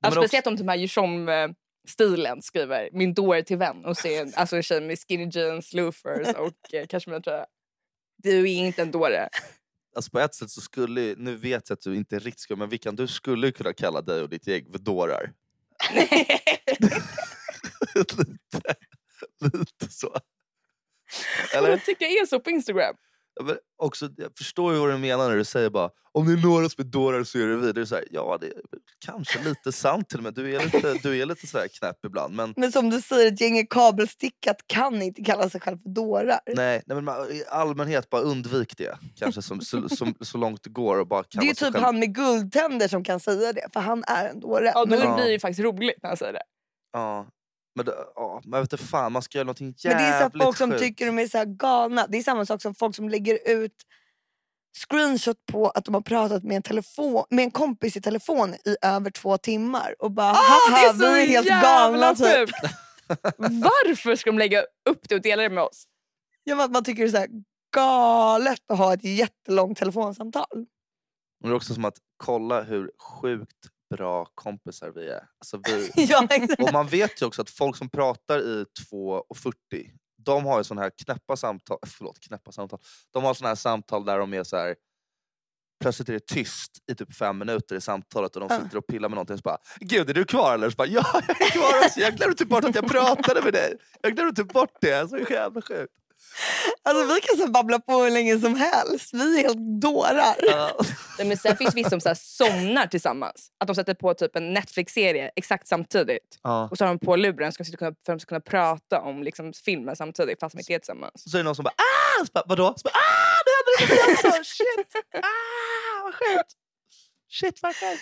A: också-
C: speciellt om de här gör som eh, stilen skriver min dåre till vän och ser en- alltså, en tjej med skinny jeans, loafers och eh, cashmere-tröja. Du är inte en *laughs* dåre.
A: Alltså på ett sätt så skulle, ju- nu vet jag att du inte riktigt skulle, men Vickan du skulle ju kunna kalla dig och ditt gäng för dårar. *laughs* lite, lite så.
C: Eller?
A: Eller?
C: Jag tycker jag är så på Instagram.
A: Ja, Men också, jag förstår ju vad du menar när du säger bara om det är några som är dårar så är det vi. Det är så här, ja, det är väl kanske lite sant till och med. Du är lite, du är lite så här knäpp ibland. Men
B: men som du säger, ett gäng är kabelstickat kan inte kalla sig själv för dårar.
A: nej, nej men man- i allmänhet bara undvik det. Kanske som, så, som, så långt det går. Och bara
B: Det är ju
A: kalla sig
B: typ
A: själv-
B: han med guldtänder som kan säga det, för han är en dåre.
C: Ja, då
B: men,
A: Ja.
C: blir det ju faktiskt roligt när han säger det.
A: Ja, men, det- ja, men jag vet inte fan, man ska göra någonting jävligt
B: men det är så här folk som
A: sjukt.
B: tycker de är så här galna. Det är samma sak som folk som lägger ut screenshot på att de har pratat med en, telefon, med en kompis i telefon i över två timmar. Och
C: Ah,
B: bara haha, vi är helt galna. Typ.
C: sjukt. Varför ska de lägga upp det och dela det med oss?
B: Ja, man, man tycker det är så här galet att ha ett jättelångt telefonsamtal.
A: Men det är också som att kolla hur sjukt bra kompisar vi är. Alltså, vi,
B: ja, exakt.
A: Och man vet ju också att folk som pratar i 2.40, de har ju sådana här knäppa samtal, *laughs* förlåt, knäppa samtal. De har sådana här samtal där de är så här. Plötsligt är det tyst i typ fem minuter i samtalet och de
B: Ja.
A: sitter och pillar med någonting och så bara Gud är du kvar eller? Så bara, ja jag är kvar alltså, jag glömde typ bort att jag pratade med dig. Jag glömde typ bort det, alltså, det är så jävla sjukt.
B: Alltså, vi kan så babbla på hur länge som helst. Vi är helt dårar.
A: Ja.
C: Nej, men sen finns vissa som så här somnar tillsammans. Att de sätter på typ en Netflix-serie exakt samtidigt.
A: Ja.
C: Och så har de på luren så de ska kunna, för att de ska kunna prata om liksom, filmen samtidigt fast de inte är tillsammans.
A: Så är det någon som bara ah! Så bara, Vadå? Så bara, ah! Nu hände det med mig också! Shit! Ah! Vad skönt! Shit vad skönt!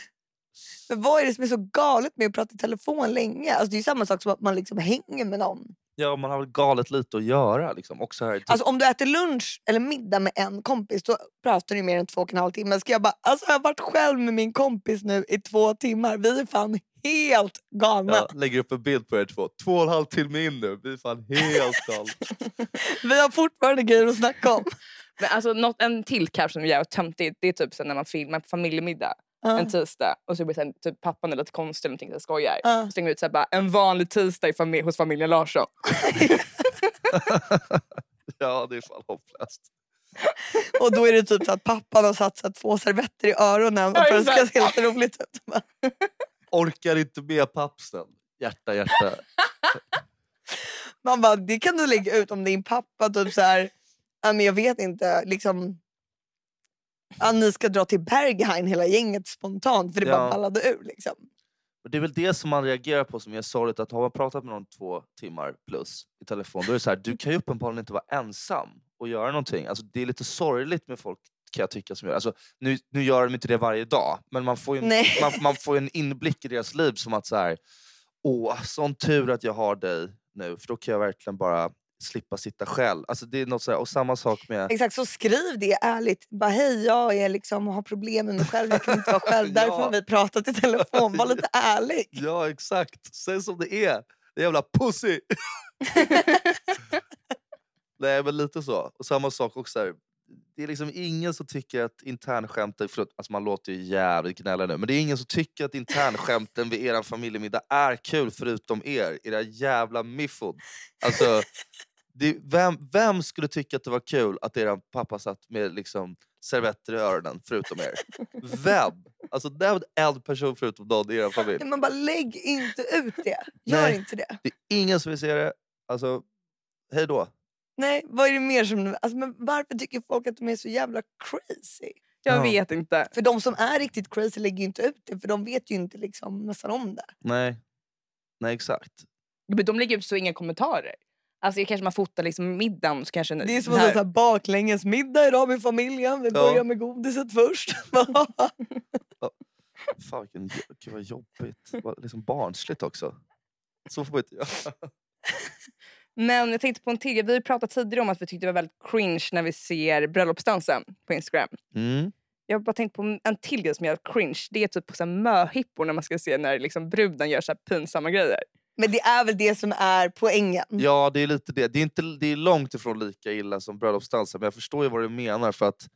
B: Men vad är det som är så galet med att prata i telefon länge? Alltså, det är ju samma sak som att man liksom hänger med någon.
A: Ja, man har väl galet lite att göra. Liksom. Också här, i
B: Alltså om du äter lunch eller middag med en kompis då pratar du mer än två och en halv timme. Ska jag bara, alltså jag har varit själv med min kompis nu i två timmar. Vi är fan helt galna.
A: Ja, lägger upp en bild på er två. Två och en halv timme in nu. Vi är fan
B: *laughs*
A: helt galna.
B: Vi har fortfarande grejer att snacka
A: *laughs*
B: om.
C: Men alltså, något, en till kanske som är jävligt töntigt det är typ så här när man filmar på familjemiddag
B: Ja.
C: en
A: typ.
C: tisdag och så blir så här, typ, pappan är lite konstig eller någonting så skojar.
B: Ja.
C: Så slänger vi ut så här, bara, en vanlig tisdag i fami- hos familjen Larsson.
A: *laughs* ja, det är fan hopplöst.
B: Och då är det typ så att pappan har satt så här två servetter i öronen
C: Ja,
B: för att det
C: exakt.
B: ska se lite roligt ut. Bara,
A: Orkar inte med pappsen. Hjärta, hjärta.
B: Man bara, det kan du lägga ut om din pappa typ så här, ja, men jag vet inte, liksom Ja, ni ska dra till Berghain hela gänget spontant för det bara
A: Ja.
B: ballade ur. Liksom.
A: Och det är väl det som man reagerar på som är sorgligt. Att har man pratat med någon två timmar plus i telefon, då är det så här, du kan ju uppenbarligen inte vara ensam och göra någonting. Alltså, det är lite sorgligt med folk kan jag tycka som gör. Alltså, nu, nu gör de inte det varje dag, men man får ju en
B: Nej.
A: man, man får ju en inblick i deras liv som att så här, åh, sån tur att jag har dig nu, för då kan jag verkligen bara slippa sitta själv. Alltså det är något så här, och samma sak med...
B: Exakt, så skriv det ärligt. Bara hej, jag är liksom, har problem med mig själv, jag kan inte
A: *laughs*
B: vara själv. Därför har vi pratat i telefon. Var lite ärlig.
A: Ja, exakt. Säg som det är. Det jävla pussy! Nej, men lite så. Och samma sak också. Här. Det är liksom ingen som tycker att internskämten... Förlåt, alltså man låter ju jävligt gnällig nu. Men det är ingen som tycker att internskämten vid er familjemiddag är kul förutom er. Era jävla miffon. Alltså, det, vem, vem skulle tycka att det var kul att er pappa satt med liksom servetter i öronen förutom er? Vem? Alltså, nämn en person förutom någon i er familj.
B: Men bara lägg inte ut det. Gör
A: Nej.
B: inte det.
A: Det är ingen som vill se det. Alltså, hej då.
B: Nej, vad är det mer som... Alltså, men varför tycker folk att de är så jävla crazy?
C: Jag
A: Ja.
C: vet inte.
B: För de som är riktigt crazy lägger ju inte ut det för de vet ju inte liksom nästan om det.
A: Nej. Nej, exakt.
C: Men de lägger ut så inga kommentarer. Alltså kanske man fotar liksom middagen så kanske...
B: Det är som
C: den
B: att
C: här-
B: säga baklänges middag idag med familjen. Vi
A: Ja.
B: börjar med godiset först. *laughs*
A: Fan vilken, jo- gud vad jobbigt. Vad liksom barnsligt också. Så får man inte göra.
C: Men jag tänkte på en till. Vi har ju pratat tidigare om att vi tyckte det var väldigt cringe när vi ser bröllopsdansen på Instagram.
A: Mm.
C: Jag har bara tänkt på en till grej som gör cringe. Det är typ på så här möhippor när man ska se när liksom bruden gör så här pinsamma grejer.
B: Men det är väl det som är poängen.
A: Ja, det är lite det. Det är, inte, det är långt ifrån lika illa som bröllopsdansen, men jag förstår ju vad du menar. för att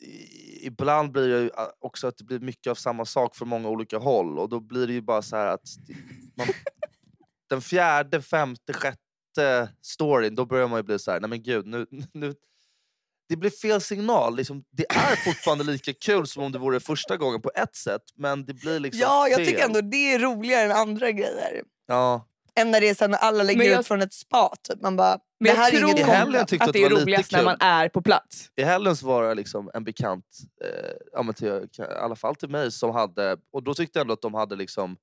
A: i- Ibland blir det ju a- också att det blir mycket av samma sak från många olika håll och då blir det ju bara så här att det- man, *laughs* den fjärde, femte, sjätte storyn, då börjar man ju bli så här, nej men gud, nu, nu, det blir fel signal. Liksom, det är fortfarande lika kul som om det vore första gången på ett sätt, men det blir liksom
B: Ja, jag
A: fel.
B: tycker ändå det är roligare än andra grejer.
A: Ja.
B: Än när det är så här när alla lägger
C: Men jag-
B: ut från ett spa. Typ. Man bara,
C: Men
B: det
C: jag
B: här är
C: tror-
B: inget
A: I helgen
B: komplett.
A: tyckte jag
C: Att det är
A: var lite
C: roligast när
A: kul.
C: man är på plats.
A: I helgen så var det liksom en bekant, eh, ja, men till, i alla fall till mig, som hade... Och då tyckte jag ändå att de hade liksom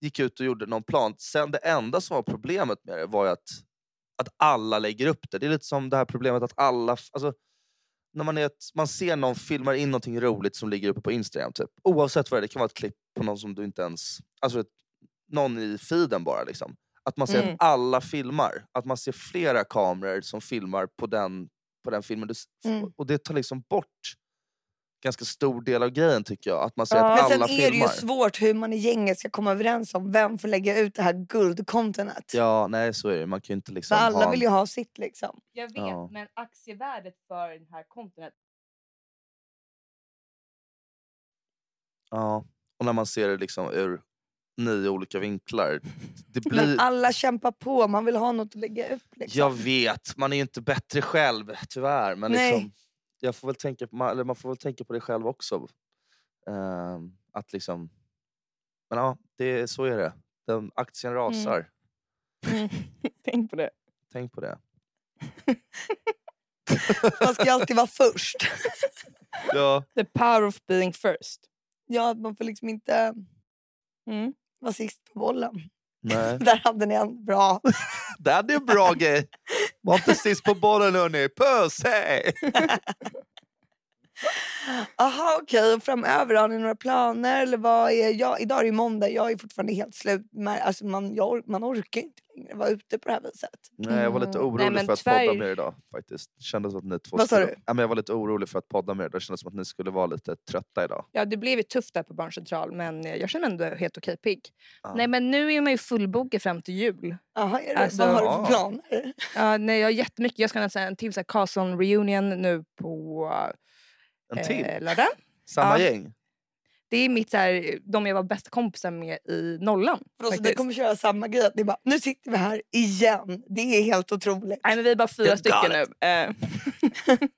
A: gick ut och gjorde någon plan. Sen det enda som var problemet med det var ju att, att alla lägger upp det. Det är lite som det här problemet att alla... f- Alltså, när man, är ett, man ser någon filmar in någonting roligt som ligger uppe på Instagram. Typ. Oavsett vad det är, det kan vara ett klipp på någon som du inte ens... Alltså ett, någon i feeden bara. Liksom. Att man ser
C: Mm.
A: att alla filmar. Att man ser flera kameror som filmar på den, på den filmen. Du, s-
B: Mm.
A: Och det tar liksom bort ganska stor del av grejen tycker jag. Att man ser
C: Ja.
A: att
B: Men
A: alla
B: sen
A: filmar.
B: är det ju svårt hur man i gänget ska komma överens om vem får lägga ut det här guldcontentet.
A: Ja, nej så är det. Man kan ju inte
B: För
A: liksom ha
B: alla
A: en-
B: vill ju ha sitt liksom.
C: Jag vet,
A: Ja.
C: men aktievärdet för den här kontot...
A: Ja. Och när man ser det liksom ur nio olika vinklar. Det blir...
B: *laughs* Men alla kämpar på, man vill ha något att lägga upp. Liksom.
A: Jag vet, man är ju inte bättre själv tyvärr. Men
B: Nej.
A: liksom, jag får väl tänka på, man, eller man får väl tänka på det själv också. Ehm, att liksom... Men ja, det, så är det. Den, aktien
B: Mm.
A: rasar.
C: Tänk på det.
A: Tänk på det.
B: Man ska ju alltid vara först.
A: Ja.
C: The power of being first.
B: Ja, man får liksom inte
C: Mm.
B: vara sist på bollen. *laughs*
A: Nej.
B: Där hade ni en bra.
A: *laughs* Det är en bra grej. Var inte sist på bollen hörni. Puss, hej!
B: Aha, okej. Och framöver, har ni några planer? Eller vad är jag? Idag är det ju måndag. Jag är fortfarande helt slut. Med, alltså man, jag, or- man orkar inte längre vara ute på det här viset.
A: Nej, jag var lite
C: Mm. Nej,
A: orolig
C: men
A: för att
C: tvär-
A: podda med er idag. faktiskt. Det Kändes som att ni två
B: Vad sa
A: skulle...
B: du?
A: Ja, men jag var lite orolig för att podda med er. Det kändes som att ni skulle vara lite trötta idag.
C: Ja, det blev ju tufft där på Barncentral, men eh, jag känner ändå helt okej pigg.
A: Ja.
C: Nej, men nu är man ju fullbokad fram till jul.
B: Aha, är det,
C: Alltså,
B: vad har du
A: ja.
B: för planer?
C: Ja, nej, jag har jättemycket. Jag ska nästan säga en till så här Carlson reunion nu på
A: En till?
C: eh, lördag.
A: Samma
C: ja.
A: gäng?
C: Det är mitt, så här, de jag var bästa kompisar med i nollan.
B: För alltså, ni
C: faktiskt.
B: kommer köra samma grej. att Ni bara, nu sitter vi här igen. Det är helt otroligt.
C: Nej, men vi är bara
A: You
C: fyra
A: got
C: stycken nu. Eh. *laughs*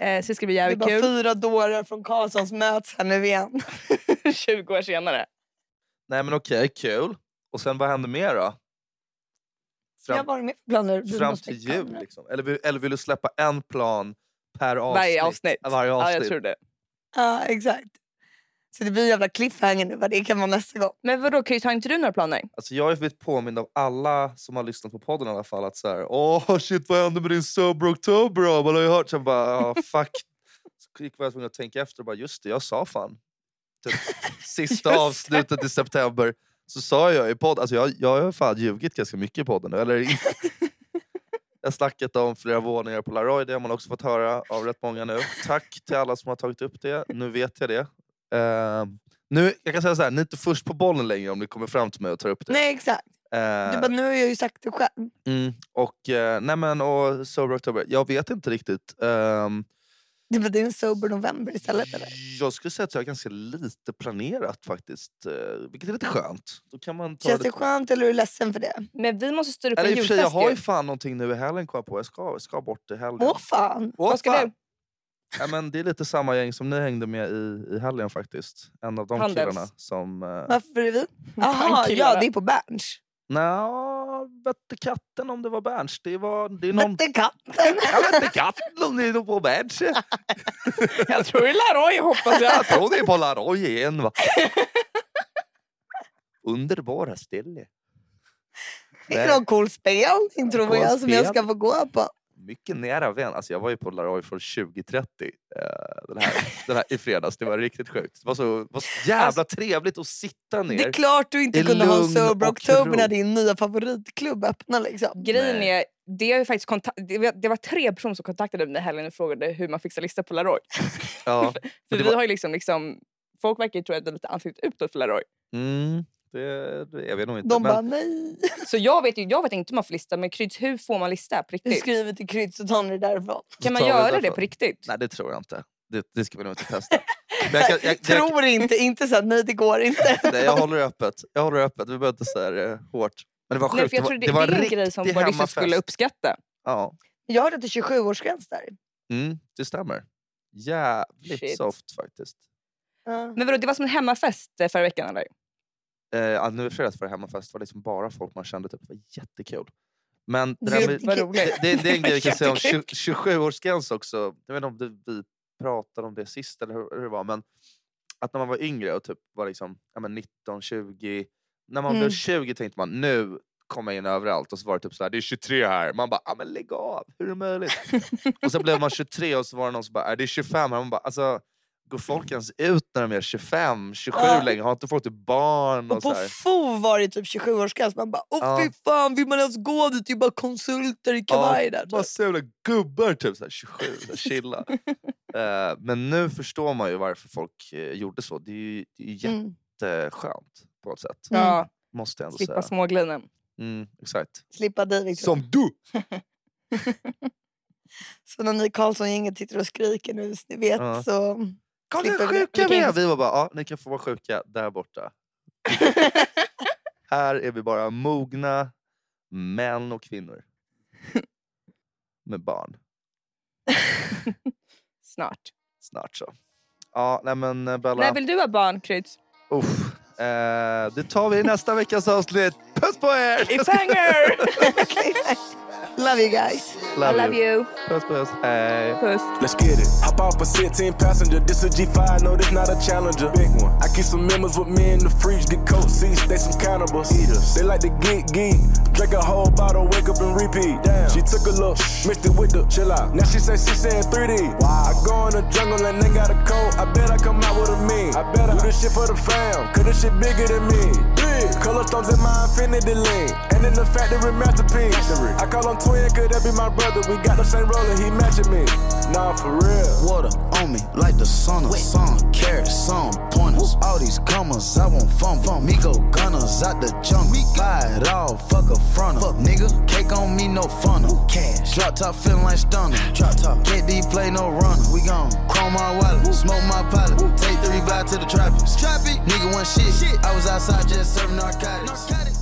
C: Eh, så det ska bli
B: Det är
C: jävligt
B: bara
C: kul.
B: fyra dårar från Karlssons möts här nu igen.
C: *laughs* 20 år senare.
A: Nej men okej, kul. Och sen vad händer mer då?
B: jag
A: Fram,
B: var med på planer. Du
A: fram
B: måste
A: till
B: tänka.
A: jul liksom? Eller, vill- eller vill du släppa en plan per avsnitt?
C: Varje avsnitt.
A: Ja, Varje
C: Ja,
A: avsnitt.
C: jag tror det.
B: Ja, exakt. Så det blir en jävla cliffhanger nu vad det kan vara nästa gång.
C: Men vadå, Chris, har inte du några planer?
A: Alltså, jag har ju blivit påmind av alla som har lyssnat på podden i alla fall att så här, Åh shit vad hände med din sober oktober då? Man har ju hört sen bara ja fuck. Så gick jag tvungen att tänka efter och bara just det jag sa fan. Typ, sista
C: Just det.
A: avsnittet i september. Så sa jag i podden, alltså jag, jag har fan ljugit ganska mycket i podden nu. Eller, inte. jag har snackat om flera våningar på Laroy, det har man också fått höra av rätt många nu. Tack till alla som har tagit upp det, nu vet jag det. Ehm, nu, jag kan säga så här, ni är inte först på bollen längre om ni kommer fram till mig och tar upp det.
B: Nej exakt.
A: Ehm,
B: Du bara, nu har jag ju sagt det själv.
A: Mm, och, eh, nej men, och Sober October, jag vet inte riktigt. Ehm,
B: Du bara, det är en sober november istället eller?
A: Jag skulle säga att jag har ganska lite planerat faktiskt. eh, Vilket är lite skönt. Då kan man ta
B: Känns det
A: lite-
B: skönt eller är du ledsen för det?
C: Men vi måste styra upp
A: Eller i
C: en
A: och för sig, jag
C: julfest
A: har ju
C: ju.
A: fan någonting nu i helgen kom jag på. Jag ska, ska bort i helgen.
B: Åh fan.
A: Åh,
C: Vad ska
A: fan!
C: du?
A: Ja, men det är lite samma gäng som ni hängde med i, i helgen faktiskt. En av de
C: Handels.
A: killarna som... Eh,
B: Varför är vi? Jaha, ja
C: killarna.
B: det är på Berns.
A: Nja, vette katten om det var Berns. Det, var, det är någon... *laughs*
B: Mötte katten.
A: Jag vette katten om det är någon på Berns.
C: *laughs* Jag tror det är Laroy
A: *laughs*
C: hoppas jag.
A: Alltså, Jag tror det är på Laroy igen va. Underbara ställe.
B: Det är någon cool spelning tror
A: Cool
B: jag som jag
A: spel.
B: ska få gå på.
A: Mycket nära vän. Alltså jag var ju på Laroy från 2030 eh, den här, den här, i fredags. Det var riktigt sjukt. Det var så, var så jävla
C: Alltså,
A: trevligt att sitta ner.
B: Det är klart du inte
A: I
B: kunde ha
A: lugn
B: Sober
A: och
B: October när
A: ro.
B: din nya favoritklubb öppnar liksom.
C: Grejen
A: Nej.
C: är, det, har ju faktiskt kontak- det, var, det var tre personer som kontaktade mig i helgen och frågade hur man fixar lista på Laroy.
A: ja. det
C: För vi
A: var-
C: har ju liksom, liksom folk verkar ju tro att det är lite ansiktet utåt för Laroy.
A: mm, det, det, jag vet nog inte.
B: De
A: men-
B: bara nej.
C: Så jag vet ju, jag vet inte hur man får lista, men kryds, hur får man lista på
B: Du
C: riktigt?
B: skriver till Krydd så tar ni det därifrån.
C: Kan
A: Så
C: man
A: tar vi
C: göra det
A: därifrån.
C: på riktigt?
A: Nej, det tror jag inte. Det, det ska vi nog inte testa.
C: *laughs*
A: Men jag, kan, jag, jag,
B: Tror inte, inte så att nej det går inte.
A: nej, jag håller öppet. Jag håller öppet. Vi behöver inte så här eh, hårt. Men det var sjukt.
C: Nej, för jag
A: det,
C: tror
A: var, var
C: det, det är en
A: riktig
C: grej som Barissa
A: hemmafest.
C: skulle uppskatta.
A: Ja,
B: Jag hörde att det är 27-årsgräns där.
A: mm, det stämmer. Jävligt
C: Shit.
A: soft faktiskt. Mm,
B: Ja.
C: Men vadå, det var som en hemmafest eh, förra veckan eller?
A: Eh, ja, nu i fredags var det hemmafest. Det var liksom bara folk man kände. Typ. Det var jättekul. Men det, där med,
B: Jättekul.
C: Vad roligt.
A: det, det, det är en grej
B: *laughs*
A: vi kan säga om
C: Jättekul.
A: 27-årsgräns också. Jag vet inte om det, vi pratade om det sist eller hur, hur det var. Men att när man var yngre och typ var liksom, ja, men 19, 20. När man blev
B: Mm.
A: 20 tänkte man nu kommer jag in överallt. Och så var det typ så här, det är 23 här. Man bara, ja men lägg av. Hur är det
B: *laughs*
A: möjligt? och så blev man 23 och så var det någon som bara, "Äh, det är 25 här. Man bara, alltså, Går folk ens ut när de är 25, 27
B: Ja.
A: längre? Har inte folk typ barn? Och,
B: Och
A: så
B: på
A: här?
B: FO var det typ 27-årsgräns. Man bara, åh
A: Ja.
B: fy fan, vill man ens gå dit? Det är ju bara konsulter i kavaj där. typ.
A: Massa jävla gubbar, typ så här, 27, så här,
B: *laughs*
A: chilla. Eh, men nu förstår man ju varför folk eh, gjorde så. Det är ju, det är ju
B: Mm.
A: jätteskönt på något sätt.
B: Mm.
C: Ja,
A: Måste jag ändå
C: slippa
A: säga.
C: småglinen.
A: Mm, exakt.
B: Slippa dig liksom. Victor.
A: Som du!
B: Så när ni Karlsson-gänget sitter och skriker nu, ni vet
A: Ja.
B: så... *laughs*
A: Kolla hur
B: Slipper vi-
A: sjuka
B: vi
A: vi
B: kan-
A: är! Vi var bara, ja, ni kan få vara sjuka där
B: *laughs*
A: borta. Här är vi bara mogna män och
B: *laughs*
A: kvinnor. Med barn.
C: Snart.
A: Snart så. Ja, nej men eh, Bella.
C: När vill du ha barn, Kryds?
A: Uff. Eh, det tar vi i nästa veckas avsnitt. Puss på er! *laughs*
C: Cliffhanger!
B: Love you guys.
C: I love you.
A: Puss puss. Hej.
C: Puss.
D: Let's get it. Hop off a 16 passenger. This a G5, no, this not a challenger. Big one. I keep some members with me in the fridge. Get coat seats, they some cannibals. Eaters. They like to geek geek. Drink a whole bottle, wake up and repeat. Damn. She took a look, mixed it with the chill out. Now she say she saying 3D. Wow. I go in the jungle and they got a cold. I bet I come out with a meme. I bet I do this shit for the fam. Cause this shit bigger than me. Big. Color stones in my infinity lane. And in the factory masterpiece. I call him twin, could that be my brother? We got the same roller, he matching me. Nah, for real.
E: Water on me like the sauna. Sun, carrots, sun, pointers. All these commas, I won't fumble. Me go gunners out the jungle. Me buy it all, fuck a frontal. Fuck nigga, cake on me, no funnel. Cash. Drop top feeling like stunner. Drop top. Can't D play no runner. We gon' chrome my wallet, smoke my pilot. Take three vibe to the tropics. Tropic. Nigga, one shit. shit. I was outside just serving narcotics. narcotics.